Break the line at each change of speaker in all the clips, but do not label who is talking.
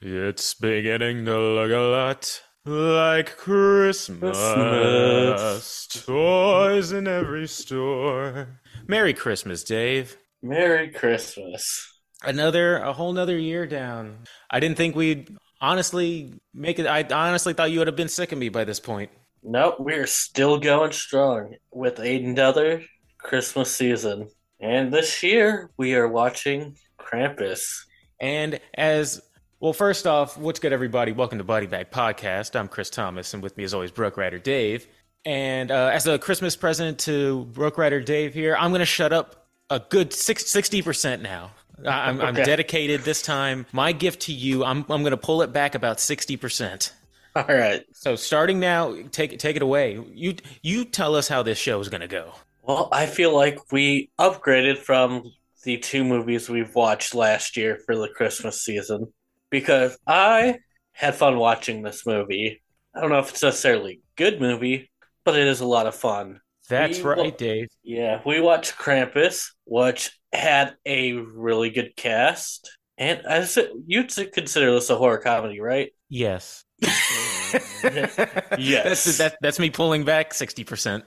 It's beginning to look a lot like Christmas.
Christmas.
Toys in every store. Merry Christmas, Dave.
Merry Christmas.
Another, a whole nother year down. I didn't think we'd honestly make it. I honestly thought you would have been sick of me by this point.
Nope, we're still going strong with another Christmas season. And this year, we are watching Krampus.
And as well, first off, what's good, everybody? Welcome to Body Bag Podcast. I'm Chris Thomas, and with me, as always, Brook Rider Dave. And uh, as a Christmas present to Brook Rider Dave here, I'm going to shut up a good six, 60% now. I- I'm, I'm
Okay.
dedicated this time. My gift to you, I'm, I'm going to pull it back about 60%.
All right.
So starting now, take, take it away. You, you tell us how this show is going to go.
Well, I feel like we upgraded from the two movies we've watched last year for the Christmas season because I had fun watching this movie. I don't know if it's necessarily a good movie, but it is a lot of fun.
That's
We will-
right, Dave.
Yeah, we watched Krampus, which had a really good cast. And I said, you'd consider this a horror comedy, right?
Yes. Mm-hmm.
it's
That's, that, that's me pulling back 60%.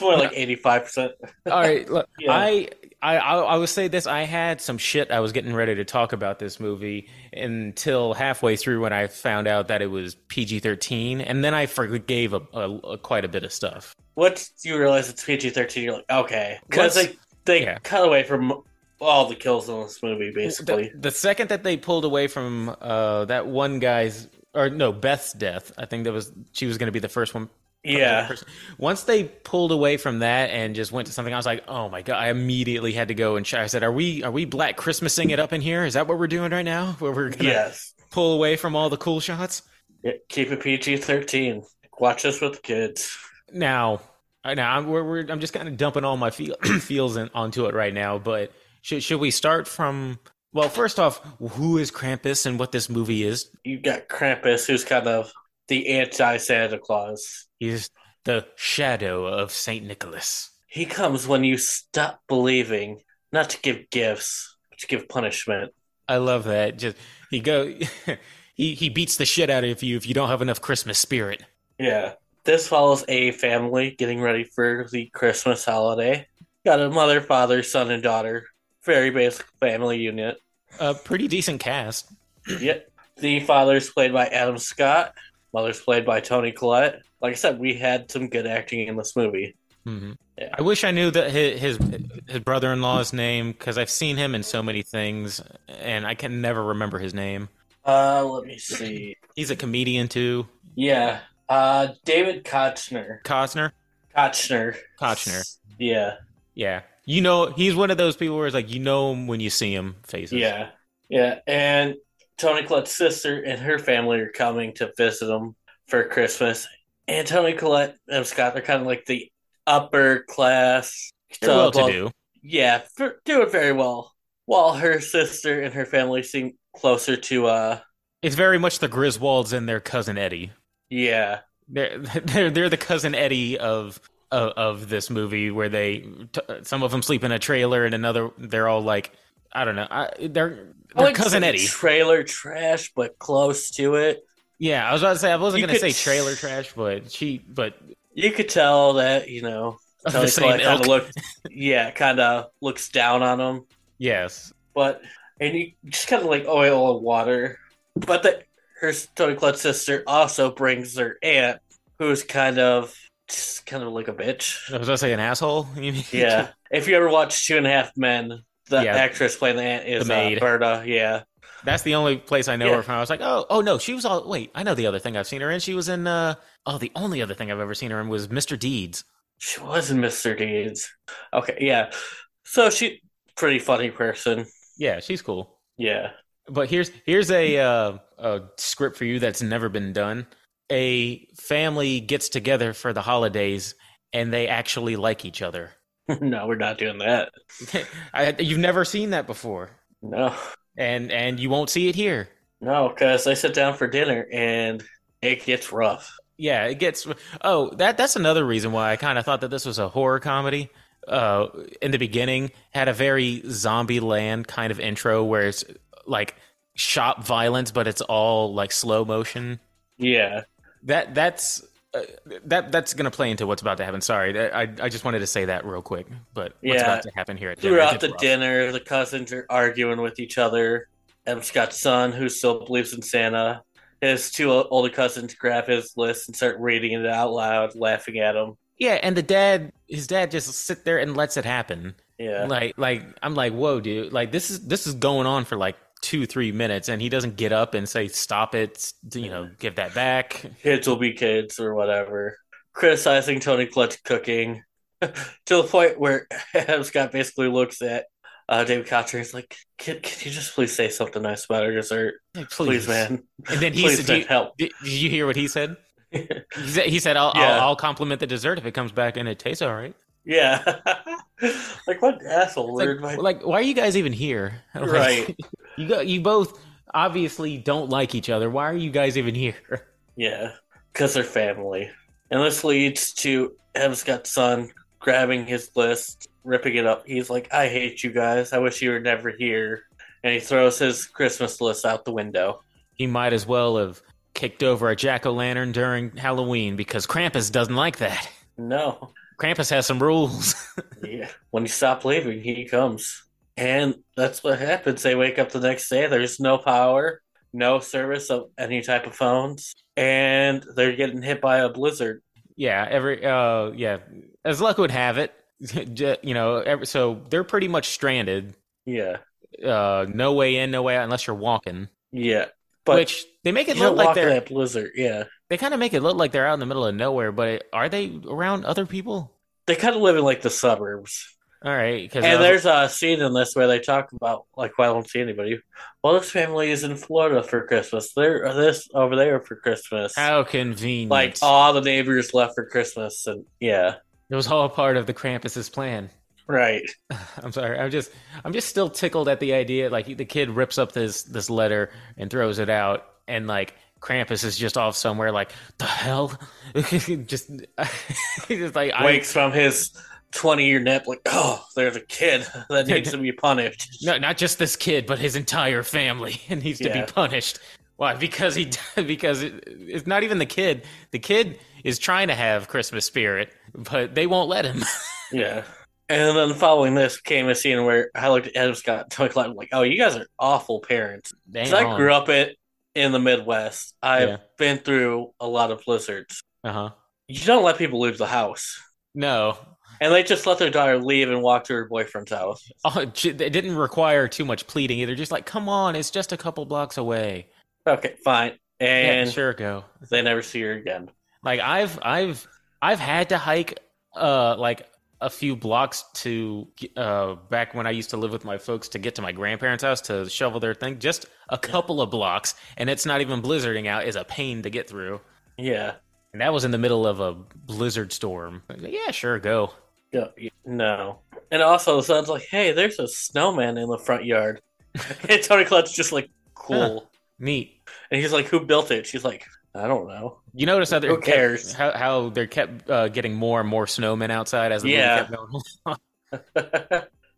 more like 85%.
All right. Look,
Yeah.
I, I I I will say this. I had some shit I was getting ready to talk about this movie until halfway through when I found out that it was PG thirteen, and then I forgave a, a, a- quite a bit of stuff.
Once you realize it's PG 13, you're like, okay. Because
Once-
they, they
yeah.
cut away from all the kills in this movie, basically.
The, the second that they pulled away from uh, that one guy's or no Beth's death, I think that was she was going to be the first one.
yeah.
Once they pulled away from that and just went to something, I was like, "Oh my god!" I immediately had to go and check. I said, "Are we are we Black Christmasing it up in here? Is that what we're doing right now? Where we're gonna
Yes.
pull away from all the cool shots.
Yeah, Keep it PG 13. Watch this with kids.
Now, I- now I'm we're, we're, I'm just kind of dumping all my feel, feels in, onto it right now. But should should we start from? Well, first off, who is Krampus and what this movie is?
You got Krampus, who's kind of the anti Santa Claus.
He's the shadow of Saint Nicholas.
He comes when you stop believing, not to give gifts, but to give punishment.
I love that. Just he go. He, he beats the shit out of you if you don't have enough Christmas spirit.
Yeah. This follows a family getting ready for the Christmas holiday. Got a mother, father, son, and daughter. Very basic family unit.
A pretty decent cast.
yep. The father's played by Adam Scott. Mother's played by Tony Collette. Like I said, we had some good acting in this movie.
Mhm.
Yeah.
I wish I knew that his his, his brother in law's name because I've seen him in so many things and I can never remember his name.
Uh, let me see.
He's a comedian too.
Yeah. Uh, David Kochner.
Costner,
Kochner.
Kochner.
Yeah.
Yeah, you know he's one of those people where it's like you know him when you see him faces.
Yeah, yeah, and Tony Collette's sister and her family are coming to visit them for Christmas. And Tony Collette and Scott are kind of like the upper class.
They're well to do.
Yeah, for, doing very well. While her sister and her family seem closer to, uh,
It's very much the Griswolds and their cousin Eddie.
yeah,
They're they're they're the cousin Eddie of. Of, of this movie, where they t- some of them sleep in a trailer, and another they're all like, I don't know, I, they're
I
they're
wouldn't
cousin
say
Eddie.
trailer trash, but close to it.
Yeah, I was about to say I wasn't
You
gonna
could-
say trailer trash, but she, but
You could tell that you know
of
Tony
the
Collette
same
kind
ilk.
of look, yeah, kind of looks down on them.
yes,
but and you just kind of like oil and water. But the, her Tony Collette's sister also brings their aunt, who's kind of just kind of like a bitch.
I was about to say an asshole. You mean?
Yeah, if you ever watch Two and a Half Men, the
Yeah.
actress playing the aunt is
The maid.
Uh, Berta. Yeah,
that's the only place I know
Yeah.
her from. I was like, oh, oh no, she was all. Wait, I know the other thing I've seen her in. She was in. uh Oh, the only other thing I've ever seen her in was Mr. Deeds.
she was in Mister Deeds. Okay, yeah. So she pretty funny person.
Yeah, she's cool.
Yeah,
But here's here's a uh, a script for you that's never been done. A family gets together for the holidays, and they actually like each other.
no, we're not doing that.
I, you've never seen that before,
No.
and and you won't see it here.
No, because I sit down for dinner and it gets rough.
Yeah, it gets. Oh, that that's another reason why I kind of thought that this was a horror comedy. Uh, in the beginning, had a very zombie land kind of intro where it's like shop violence, but it's all like slow motion.
Yeah.
That that's uh, that that's gonna play into what's about to happen. Sorry, that- I I just wanted to say that real quick. But what's
Yeah.
about to happen here at dinner?
Throughout
is
the
rough.
dinner, the cousins are arguing with each other. Adam Scott's son, who still believes in Santa, his two o- older cousins grab his list and start reading it out loud, laughing at him.
Yeah, and the dad, his dad, just sit there and lets it happen.
Yeah.
Like like I'm like, whoa, dude! Like this is this is going on for like two three minutes, and he doesn't get up and say stop it. You know, give that back.
kids will be kids or whatever. Criticizing Tony Clutch cooking to the point where Adam Scott basically looks at uh, David Kotter. He's like, "Can can you just please say something nice about our dessert,
Like,
please, man?
And then he
please,
said,
man,
"Do you-
help."
Did, did you hear what he said? He said, he said I'll,
Yeah.
I'll, I'll compliment the dessert if it comes back and it tastes all right.
yeah, like what asshole
It's
learned
Like,
my
like, why are you guys even here? Like,
right?
You, go, you both obviously don't like each other. Why are you guys even here?
Yeah, because they're family. And this leads to Adam Scott's son grabbing his list, ripping it up. He's like, I hate you guys. I wish you were never here. And he throws his Christmas list out the window.
He might as well have kicked over a jack o' lantern during Halloween because Krampus doesn't like that.
No.
Krampus has some rules.
Yeah. When you stop leaving, he comes. And that's what happens. They wake up the next day. There's no power, no service of any type of phones. And they're getting hit by a blizzard.
yeah, every uh, yeah, as luck would have it, ju- you know. Every, so they're pretty much stranded.
Yeah.
Uh, no way in, no way out, unless you're walking.
Yeah. But
which they make
you
it
don't
look like
walk in
they're
that blizzard. Yeah.
They kind of make it look like they're out in the middle of nowhere, but are they around other people?
they kind of live in like the suburbs.
All right, because
And there's a scene in this where they talk about like, well, I don't see anybody. Well, this family is in Florida for Christmas. They're uh, this over there for Christmas.
how convenient.
like all the neighbors left for Christmas, and yeah,
it was all part of the Krampus's plan.
right,
I'm sorry. I'm just I'm just still tickled at the idea. Like the kid rips up this this letter and throws it out, and like Krampus is just off somewhere. Like the hell, just he's just like I,
wakes from his twenty-year nap. Like, oh, there's a kid that needs to be punished.
no, not just this kid, but his entire family and needs to
Yeah.
be punished. Why? Because he because it, it's not even the kid. The kid is trying to have Christmas spirit, but they won't let him.
Yeah. And then following this came a scene where I looked at Adam Scott, Tony Clyde, like, oh, you guys are awful parents.
They ain't
Because I grew up in, in the Midwest. I've
Yeah.
been through a lot of blizzards.
Uh huh.
you don't let people leave the house.
No,
And they just let their daughter leave and walk to her boyfriend's house.
oh, j- it didn't require too much pleading either. Just like, come on, it's just a couple blocks away.
Okay, fine.
Yeah,
And
sure, go.
they never see her again.
Like I've I've I've had to hike uh like a few blocks to uh back when I used to live with my folks to get to my grandparents' house to shovel their thing. Just a couple of blocks, and it's not even blizzarding out. is a pain to get through,
Yeah.
and that was in the middle of a blizzard storm. Like, yeah, sure, go.
No. no. And also, the son's like, hey, there's a snowman in the front yard. and Tony Clutch just like, cool.
Neat.
And he's like, who built it? She's like, I don't know.
You notice how they're
Who
kept-
cares?
how, how they're kept uh, getting more and more snowmen outside as the
Yeah.
movie kept going.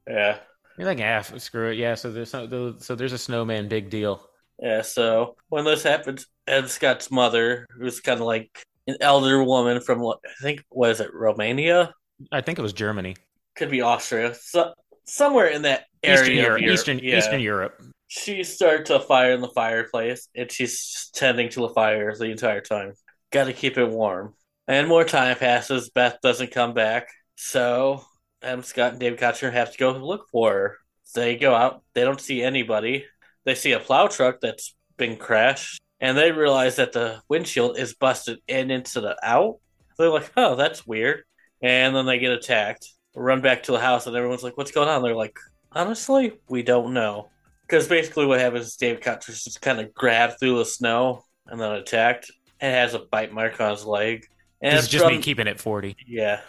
yeah.
You're like, ah, f- screw it. Yeah, so there's so, so there's a snowman, big deal.
Yeah, so when this happens, Ed Scott's mother, who's kind of like an elder woman from, I think, what is it, Romania?
I think it was Germany,
could be Austria, so, somewhere in that area.
Eastern
of
Europe,
Europe.
Eastern
yeah.
Eastern Europe.
She starts a fire in the fireplace, and she's tending to the fire the entire time. Got to keep it warm. And more time passes. Beth doesn't come back, so Adam Scott and David Kochner have to go look for her. They go out. They don't see anybody. They see a plow truck that's been crashed, and they realize that the windshield is busted in instead of out. They're like, "Oh, that's weird." And then they get attacked. Run back to the house, and everyone's like, "What's going on?" They're like, "Honestly, we don't know." Because basically, what happens is Dave Cutler's just kind of grabbed through the snow and then attacked, and has a bite mark on his leg. And
This is just
from-
me keeping it forty.
yeah.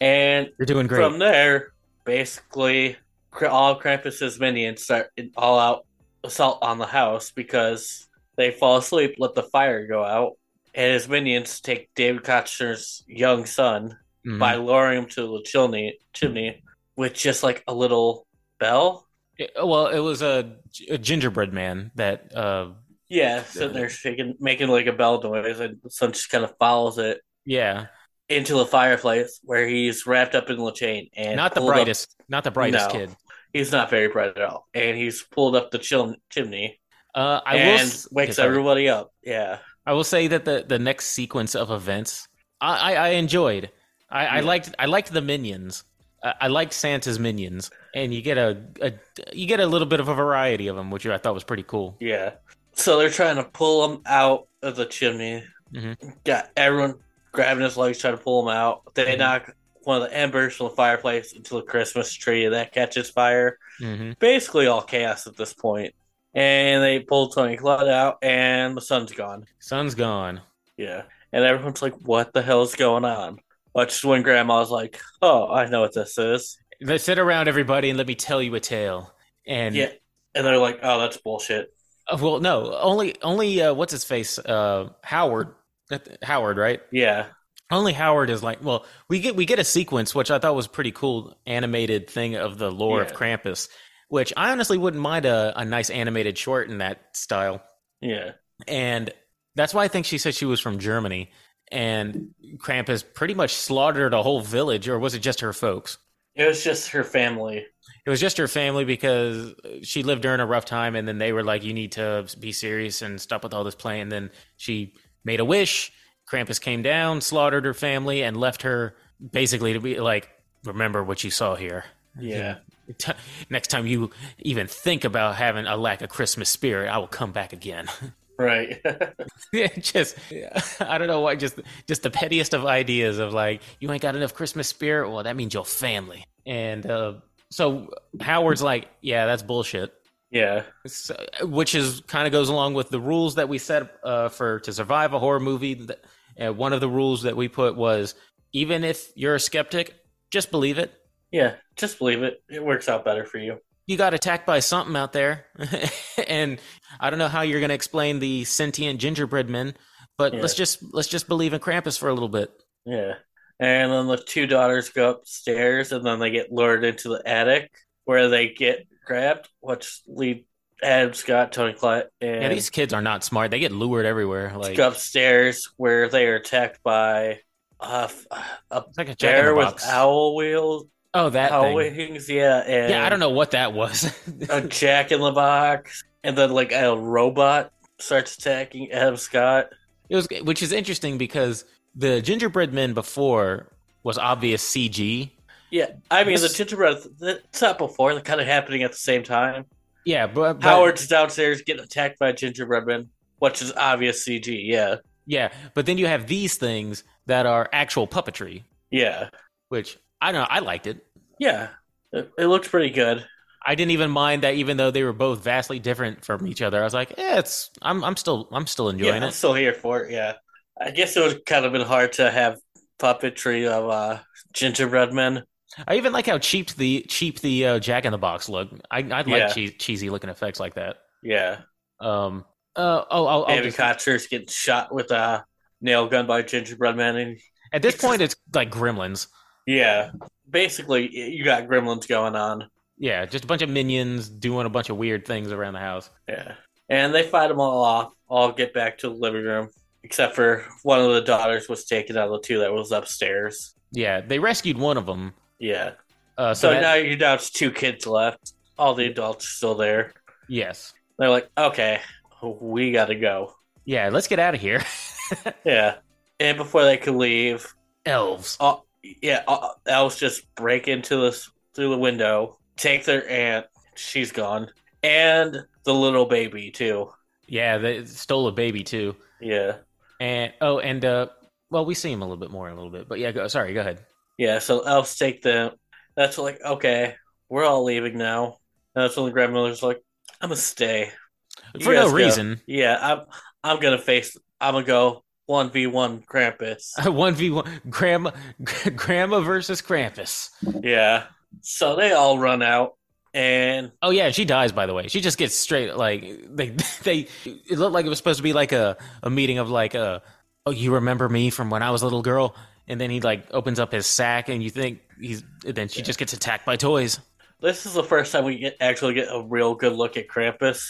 and
You're doing great.
from there, basically, Kra- all Krampus's minions start an all-out assault on the house because they fall asleep, let the fire go out, and his minions take David Kochner's young son
Mhm.
by lowering him to the chimney, chimney with just like a little bell.
It- oh, well, it was a, a gingerbread man that uh,
Yeah, sitting there shaking, making like a bell noise, and the sun just kind of follows it
yeah,
into the fireplace where he's wrapped up in the chain and
not the
pulled up-
brightest, not the brightest
No.
kid.
he's not very bright at all, and he's pulled up the chil- chimney
Uh, I will
and
s- okay,
wakes
sorry.
everybody up. Yeah,
I will say that the, the next sequence of events, I, I, I enjoyed. I, I
Yeah.
liked I liked the minions. I, I liked Santa's minions, and you get a, a you get a little bit of a variety of them, which I thought was pretty cool.
yeah. So they're trying to pull him out of the chimney.
Mhm.
Got everyone grabbing his legs, trying to pull him out. They
Mhm.
knock one of the embers from the fireplace into the Christmas tree, and that catches fire. Mm-hmm.
hmm
basically all chaos at this point. And they pull Tony Cloud out, and the sun's gone.
Sun's gone.
Yeah. And everyone's like, what the hell is going on? Which is when Grandma's like, oh, I know what this is.
They sit around everybody and let me tell you a tale. And
yeah. And they're like, oh, that's bullshit.
uh, well, no, only only uh, what's his face uh, Howard Howard right?
Yeah.
Only Howard is like, well, we get we get a sequence which I thought was pretty cool animated thing of the lore of
Yeah.
Krampus, which I honestly wouldn't mind a, a nice animated short in that style.
Yeah.
And that's why I think she said she was from Germany. And Krampus pretty much slaughtered a whole village, or was it just her folks?
It was just her family.
It was just her family because she lived during a rough time, and then they were like, "You need to be serious and stop with all this play." And then she made a wish. Krampus came down, slaughtered her family, and left her basically to be like, "Remember what you saw here.
Yeah.
T- next time you even think about having a lack of Christmas spirit, I will come back again."
Right.
Yeah, just I don't know why. Just just the pettiest of ideas of like you ain't got enough Christmas spirit. Well, that means your family. And uh, so Howard's like, yeah, that's bullshit.
yeah.
So, which is kind of goes along with the rules that we set uh, for to survive a horror movie. Th- Uh, one of the rules that we put was even if you're a skeptic, just believe it.
Yeah. Just believe it. It works out better for you.
You got attacked by something out there, and I don't know how you're going to explain the sentient gingerbread men. But
Yeah.
let's just let's just believe in Krampus for a little bit.
Yeah. And then the two daughters go upstairs and then they get lured into the attic where they get grabbed, which lead Adam Scott, Tony Clett, and
Yeah, these kids are not smart. They get lured everywhere. Like
go upstairs where they are attacked by uh, a
it's like a jack in the
bear with
box.
owl wheels,
oh, that
owl
thing.
wings, yeah, and
Yeah, I don't know what that was.
a jack in the box, and then like a robot starts attacking Adam Scott.
it was, which is interesting because the gingerbread men before was obvious CG.
Yeah, I mean
This-
the gingerbread. It's not before; they're kind of happening at the same time.
Yeah, but, but
Howard's downstairs getting attacked by a gingerbread man, which is obvious CG. Yeah,
Yeah, but then you have these things that are actual puppetry,
yeah,
which I don't know. I liked it.
yeah. It, it looked pretty good.
I didn't even mind that, even though they were both vastly different from each other. I was like, yeah, it's I'm I'm still I'm still enjoying
yeah, I'm
it.
still here for it. Yeah, I guess it would kind of been hard to have puppetry of uh, gingerbread men.
I even like how cheap the cheap the uh, Jack in the Box look. I I like
Yeah.
chee- cheesy looking effects like that.
Yeah,
Um. Uh. Oh. I'll, I'll
David
just-
Kotzer's getting shot with a nail gun by a gingerbread man, and
at this point, it's like Gremlins.
yeah, basically you got gremlins going on.
Yeah, just a bunch of minions doing a bunch of weird things around the house.
Yeah, and they fight them all off. All get back to the living room, except for one of the daughters was taken out of the two that was upstairs.
Yeah, they rescued one of them.
Yeah,
Uh. So,
so,
that-
now you're down to two kids left. All the adults are still there.
yes.
They're like, okay, we got to go.
Yeah. Let's get out of here.
Yeah. And before they could leave,
Elves.
all, yeah, all, elves just break into this through the window, take their aunt, she's gone, and the little baby too.
Yeah, they stole a baby too.
Yeah,
And oh, and uh, well, we see him a little bit more in a little bit, but yeah, go, sorry, go ahead.
yeah. So elves take them. That's like, okay, we're all leaving now. And that's when the grandmother's like, I'm gonna stay. You
For no
guys go.
reason,
Yeah, I'm. I'm gonna face. I'm gonna go one v one Krampus.
one v one, grandma, grandma versus Krampus.
yeah. So they all run out, and
Oh yeah, she dies. By the way, she just gets straight like they they. It looked like it was supposed to be like a a meeting of like uh oh you remember me from when I was a little girl, and then he like opens up his sack and you think he's and then she just gets attacked by toys.
This is the first time we get actually get a real good look at Krampus.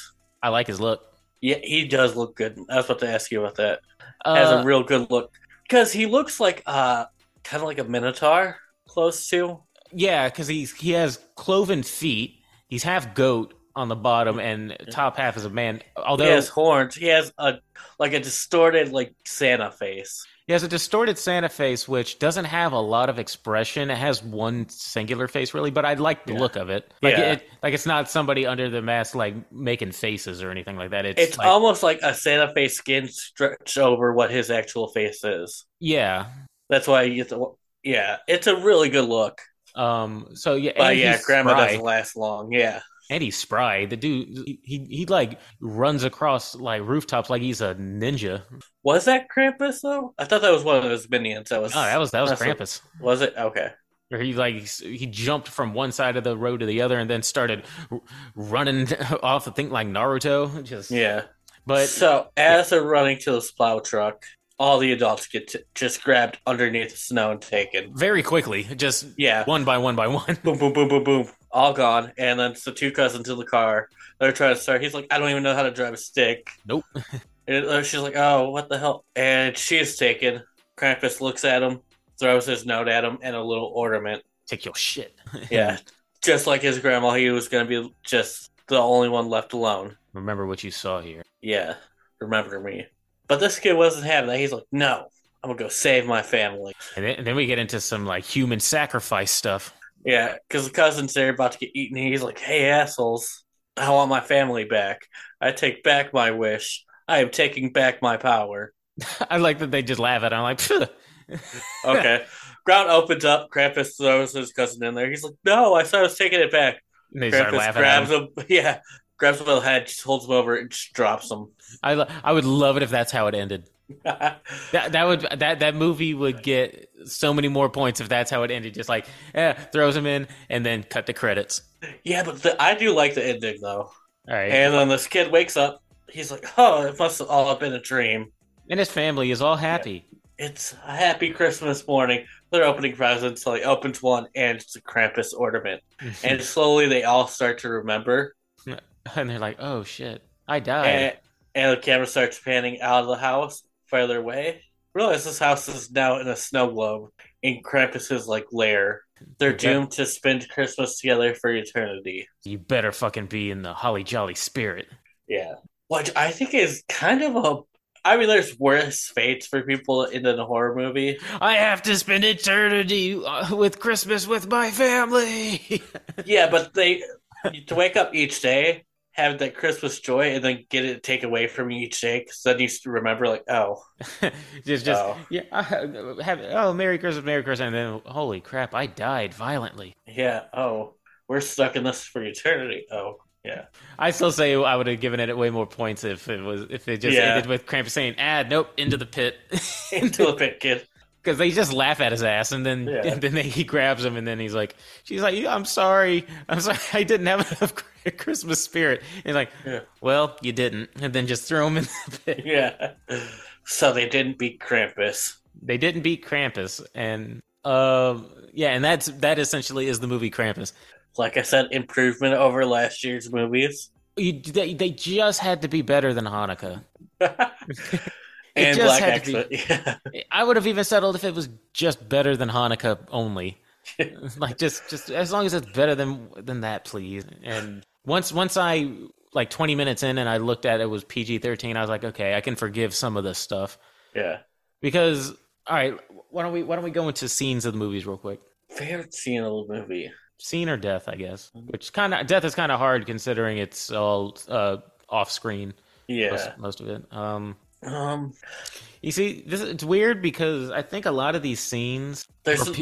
I like his look.
Yeah, he does look good. I was about to ask you about that. Has
Uh,
a real good look because he looks like uh kind of like a minotaur close to.
yeah, because he's he has cloven feet. He's half goat on the bottom, and top half is a man. Although
He has horns. He has a like a distorted like Santa face.
He has a distorted Santa face, which doesn't have a lot of expression. It has one singular face, really, but I like the
Yeah.
look of it. Like,
Yeah.
it, like it's not somebody under the mask like making faces or anything like that. It's,
It's
like,
almost like a Santa face skin stretched over what his actual face is.
yeah.
That's why you get the yeah. It's a really good look,
Um. So yeah,
but
and
yeah,
he's
Grandma
spry.
doesn't last long. Yeah,
And he's spry. The dude, he, he he like runs across like rooftops like he's a ninja.
was that Krampus though? I thought that was one of those minions. That was
Oh, that was that was
That's what-
Krampus.
was it okay.
Where he like s- he jumped from one side of the road to the other and then started r- running off the thing like Naruto. Just
Yeah.
but
so as they're running to this plow truck, all the adults get t- just grabbed underneath the snow and taken.
very quickly, just
Yeah.
one by one by one.
Boom, boom, boom, boom, boom. All gone. And then it's the two cousins in the car. They're trying to start. He's like, I don't even know how to drive a stick.
Nope.
And uh, she's like, oh, what the hell? And she's taken. Krampus looks at him, throws his note at him, and a little ornament.
Take your shit.
Yeah. just like his grandma, he was going to be just the only one left alone.
Remember what you saw here.
Yeah. Remember me. But this kid wasn't having that. He's like, no, I'm going to go save my family.
And then, and then we get into some like human sacrifice stuff.
Yeah, because the cousin's there about to get eaten. and He's like, hey, assholes, I want my family back. I take back my wish. I am taking back my power.
I like that they just laugh at. It. I'm like, "Phew."
Okay. Ground opens up. Krampus throws his cousin in there. He's like, no, I thought I was taking it back.
And they start
Krampus
laughing. At
grabs
him.
him. Yeah, grabs him by the head, just holds him over, and just drops him.
I lo- I would love it if that's how it ended. That that would that that movie would get so many more points if that's how it ended. Just like, eh, throws him in and then cut the credits.
yeah, but the, I do like the ending, though.
All right.
And then this kid wakes up. He's like, oh, it must have all been a dream.
and his family is all happy.
It's a happy Christmas morning. They're opening presents. So he opens one, and it's a Krampus ornament. And slowly, they all start to remember.
and they're like, oh shit, I died.
And, and the camera starts panning out of the house further away. Realize this house is now in a snow globe in Krampus's like lair. They're
Okay.
doomed to spend Christmas together for eternity.
you better fucking be in the holly jolly spirit.
Yeah, which I think is kind of a. I mean, there's worse fates for people in a horror movie.
I have to spend eternity uh, with Christmas with my family.
yeah, but they to wake up each day, have that Christmas joy, and then get it taken away from you each day. Because then you s- remember, like, oh,
just, just
Oh.
yeah. I have oh, Merry Christmas, Merry Christmas, and then holy crap, I died violently.
yeah, oh, we're stuck in this for eternity. Oh,
I still say I would have given it way more points if it was if it just
Yeah.
ended with Krampus saying, "Ah, nope, into the pit,"
into a pit, kid.
because they just laugh at his ass, and then
Yeah.
and then they, he grabs him, and then he's like, "She's like, I'm sorry, I'm sorry, I didn't have enough Christmas spirit." And he's like,
Yeah.
"Well, you didn't," and then just throw him in the pit.
Yeah. So they didn't beat Krampus.
they didn't beat Krampus, and um, yeah, and that's that essentially is the movie Krampus.
Like I said, improvement over last year's movies.
You, they, they just had to be better than Hanukkah.
and
just
Black
had to be-
Excellence. Yeah.
I would have even settled if it was just better than Hanukkah only, like just just as long as it's better than than that, please. And once once I like twenty minutes in, and I looked at it was PG thirteen, I was like, okay, I can forgive some of this stuff
yeah.
because all right, why don't we why don't we go into scenes of the movies real quick?
Favorite scene of the movie.
scene or death, I guess.
Mm-hmm.
Which kind of death is kind of hard considering it's all uh, off screen most,
Yeah.
most of it. Um,
Um,
you see, this it's weird because I think a lot of these scenes
there's
Or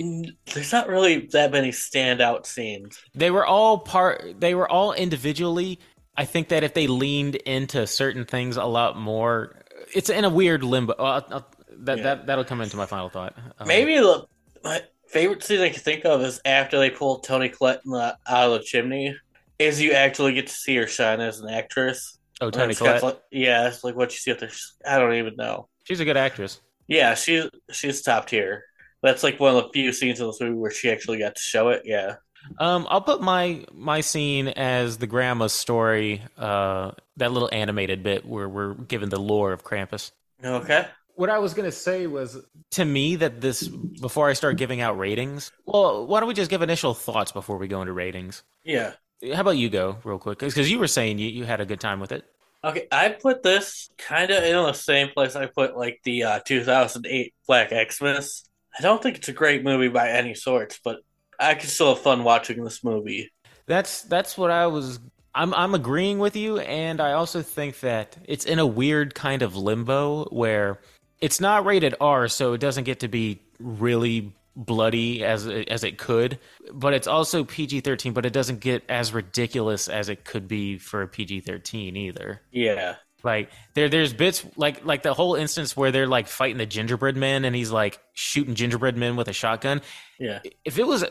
there's not really that many standout scenes.
they were all part. They were all individually. I think that if they leaned into certain things a lot more, it's in a weird limbo. Uh, uh, that
Yeah.
that that'll come into my final thought. Um,
Maybe the my favorite scene I can think of is after they pull Tony Collette in the- out of the chimney. Is you actually get to see her shine as an actress?
oh Tony
It's got
Collette,
like- yeah, it's like what you see with her. I don't even know.
she's a good actress.
Yeah, she she's top tier. That's like one of the few scenes in this movie where she actually got to show it. Yeah,
Um, I'll put my my scene as the grandma's story, uh, that little animated bit where we're given the lore of Krampus.
Okay.
What I was gonna say was to me that this before I start giving out ratings. Well, why don't we just give initial thoughts before we go into ratings?
Yeah.
How about you go real quick? Because you were saying you, you had a good time with it.
Okay, I put this kind of in the same place I put like the uh, 2008 Black Xmas. I don't think it's a great movie by any sorts, but I could still have fun watching this movie.
That's that's what I was. I'm I'm agreeing with you, and I also think that it's in a weird kind of limbo where it's not rated R, so it doesn't get to be really bloody as it- as it could, but it's also PG-13, but it doesn't get as ridiculous as it could be for a PG-13 either.
Yeah.
Like there, there's bits like like the whole instance where they're like fighting the gingerbread man, and he's like shooting gingerbread men with a shotgun.
Yeah.
If it was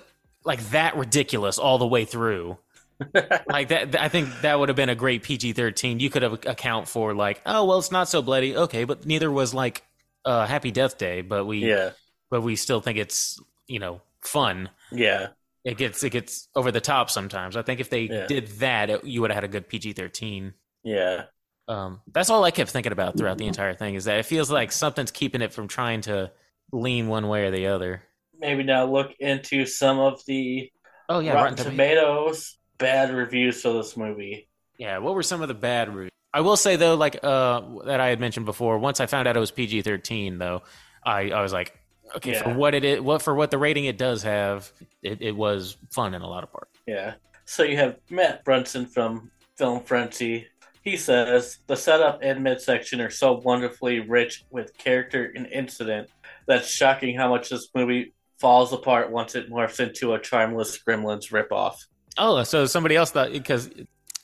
like that ridiculous all the way through, like that, I think that would have been a great PG-13. You could have account for like, oh well, it's not so bloody, okay, but neither was like uh, Happy Death Day, but we
Yeah.
but we still think it's you know fun.
Yeah.
It gets it gets over the top sometimes. I think if they
Yeah.
did that, it, you would have had a good PG-13
Yeah.
um, that's all I kept thinking about throughout the entire thing is that it feels like something's keeping it from trying to lean one way or the other.
Maybe now look into some of the
Oh yeah,
Rotten
Rotten, Tomatoes.
Tomatoes bad reviews for this movie.
Yeah, what were some of the bad reviews? I will say though, like uh, that I had mentioned before. Once I found out it was PG thirteen, though, I, I was like, okay, for
Yeah.
what it is, what for what the rating it does have, it, it was fun in a lot of parts.
Yeah. So you have Matt Brunson from Film Frenzy. He says the setup and midsection are so wonderfully rich with character and incident that's shocking how much this movie falls apart once it morphs into a charmless Gremlins ripoff.
Oh, so somebody else thought because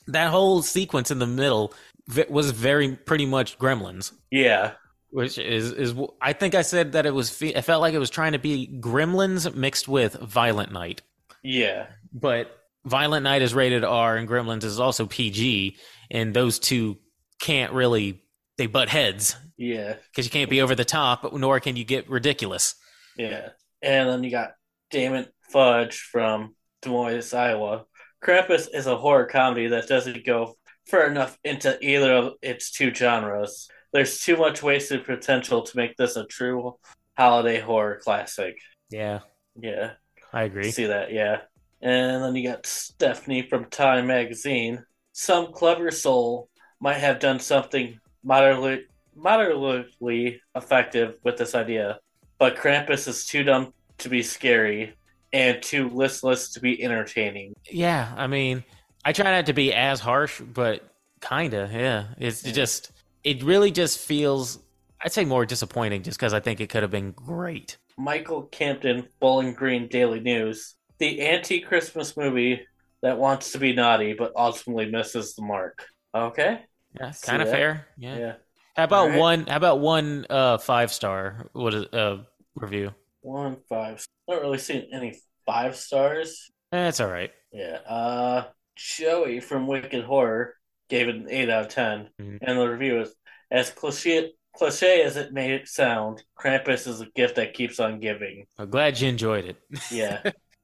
that whole sequence in the middle v- was very pretty much Gremlins.
Yeah.
which is is I think I said that it was fe- it felt like it was trying to be Gremlins mixed with Violent Night,
Yeah.
but Violent Night is rated R and Gremlins is also PG, and those two can't really they butt heads
Yeah.
because you can't be over the top, nor can you get ridiculous.
Yeah. And then you got Damon Fudge from Des Moines, Iowa. Krampus is a horror comedy that doesn't go far enough into either of its two genres. There's too much wasted potential to make this a true holiday horror classic.
Yeah,
Yeah.
I agree.
See that, yeah. And then you got Stephanie from Time Magazine. Some clever soul might have done something moderately, moderately effective with this idea, but Krampus is too dumb to be scary and too listless to be entertaining.
Yeah, I mean, I try not to be as harsh, but kinda, yeah. It's
Yeah.
just it really just feels I'd say more disappointing just because I think it could have been great.
Michael Campton, Bowling Green Daily News, the anti Christmas movie that wants to be naughty but ultimately misses the mark. Okay?
Yeah,
See
kind of
that?
fair.
yeah.
How about
Alright.
one? How about one uh, five star? What is uh, review?
One five. Not really seeing any five stars.
That's Eh, all right.
Yeah. Uh, Joey from Wicked Horror gave it an eight out of 10
Mhm.
and the review is as cliche cliche as it may sound. Krampus is a gift that keeps on giving.
I'm glad you enjoyed it.
Yeah.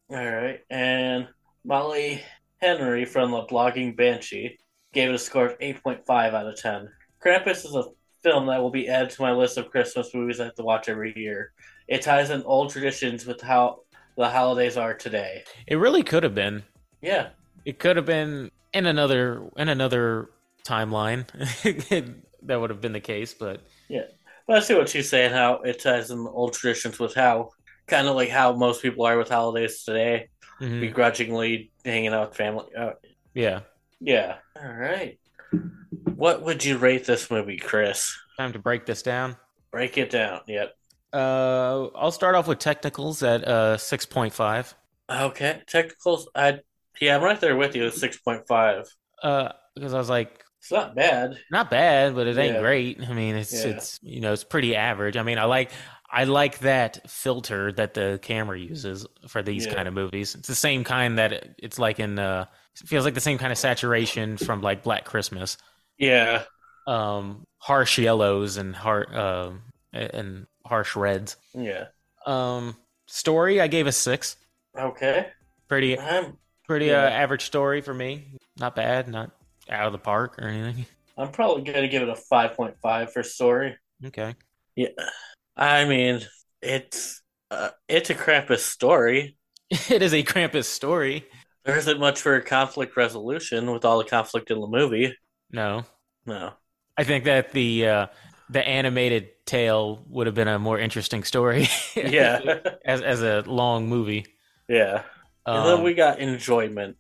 All right. And Molly Henry from the blogging Banshee gave it a score of eight point five out of ten. Krampus is a film that will be added to my list of Christmas movies I have to watch every year. It ties in old traditions with how the holidays are today.
It really could have been.
Yeah.
It could have been in another in another timeline. that would have been the case, but
But I see what she's saying, how it ties in the old traditions with how kind of like how most people are with holidays today, Hmm.
mhm,
begrudgingly hanging out with family. Uh,
yeah.
yeah. All right. What would you rate this movie, Chris?
Time to break this down.
Break it down. Yep.
Uh, I'll start off with technicals at uh six point five.
Okay. Technicals. I yeah, I'm right there with you. Six point five.
Uh, because I was like,
It's not bad.
not bad, but it ain't
Yeah.
great. I mean, it's
Yeah.
it's you know it's pretty average. I mean, I like I like that filter that the camera uses for these
Yeah.
kind of movies. It's the same kind that it- it's like in uh it feels like the same kind of saturation from like Black Christmas,
Yeah.
um, harsh yellows and har um and harsh reds.
Yeah.
Um, story I gave a six.
Okay.
Pretty
I'm
pretty
Yeah.
uh, average story for me. Not bad, not out of the park or anything.
I'm probably gonna give it a five point five for story.
Okay.
Yeah, I mean it's uh, it's a Krampus story.
it is a Krampus story.
There isn't much for conflict resolution with all the conflict in the movie.
No.
No,
I think that the uh, the animated tale would have been a more interesting story.
yeah,
as as a long movie.
yeah. and
Um,
then we got enjoyment.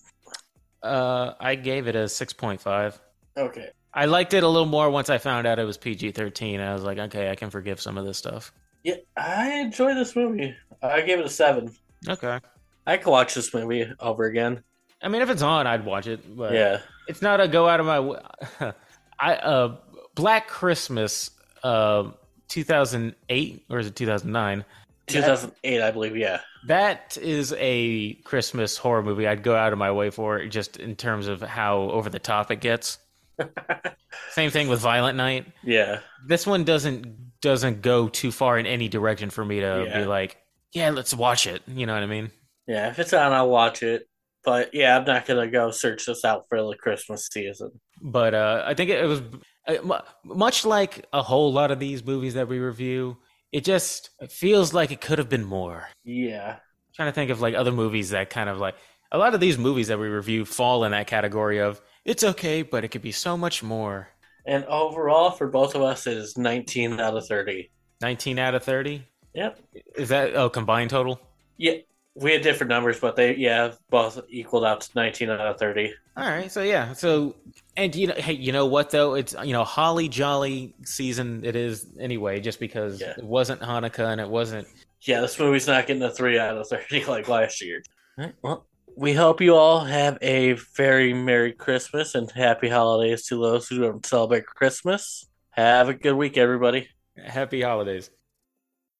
uh, I gave it a six point five.
Okay,
I liked it a little more once I found out it was PG thirteen. I was like, okay, I can forgive some of this stuff.
yeah, I enjoy this movie. I gave it a seven.
Okay.
I could watch this movie over again.
I mean, if it's on, I'd watch it. But
yeah,
it's not a go out of my. w- I uh, Black Christmas, uh, two thousand eight or is it two thousand nine?
2008, I believe. Yeah,
That is a Christmas horror movie. I'd go out of my way for it, just in terms of how over the top it gets. Same thing with Violent Night.
yeah,
This one doesn't doesn't go too far in any direction for me to
Yeah.
be like, yeah, let's watch it. You know what I mean?
yeah. If it's on, I'll watch it. But yeah, I'm not gonna go search this out for the Christmas season.
But uh, I think it, it was uh, mu- much like a whole lot of these movies that we review. It just it feels like it could have been more.
Yeah,
trying to think of like other movies that kind of like a lot of these movies that we review fall in that category of it's okay, but it could be so much more.
and overall for both of us, it is 19 out of 30.
19 out of 30.
Yep.
Is that oh combined total?
We had different numbers, but they yeah both equaled out to 19 out of 30.
All right, so yeah, so and you know, hey, you know what though? It's you know, holly jolly season it is anyway, just because
Yeah.
it wasn't Hanukkah and it wasn't.
Yeah, this movie's not getting a three out of 30 like last year. All right, well, we hope you all have a very Merry Christmas and Happy Holidays to those who don't celebrate Christmas. Have a good week, everybody.
Happy holidays.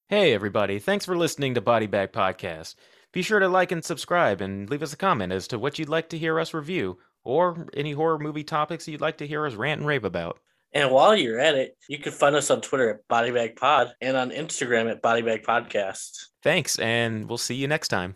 Hey, everybody. Thanks for listening to Body Bag Podcast. Be sure to like and subscribe and leave us a comment as to what you'd like to hear us review or any horror movie topics you'd like to hear us rant and rave about.
And while you're at it, you can find us on Twitter at Bodybag Pod and on Instagram at Bodybag Podcast.
Thanks, and we'll see you next time.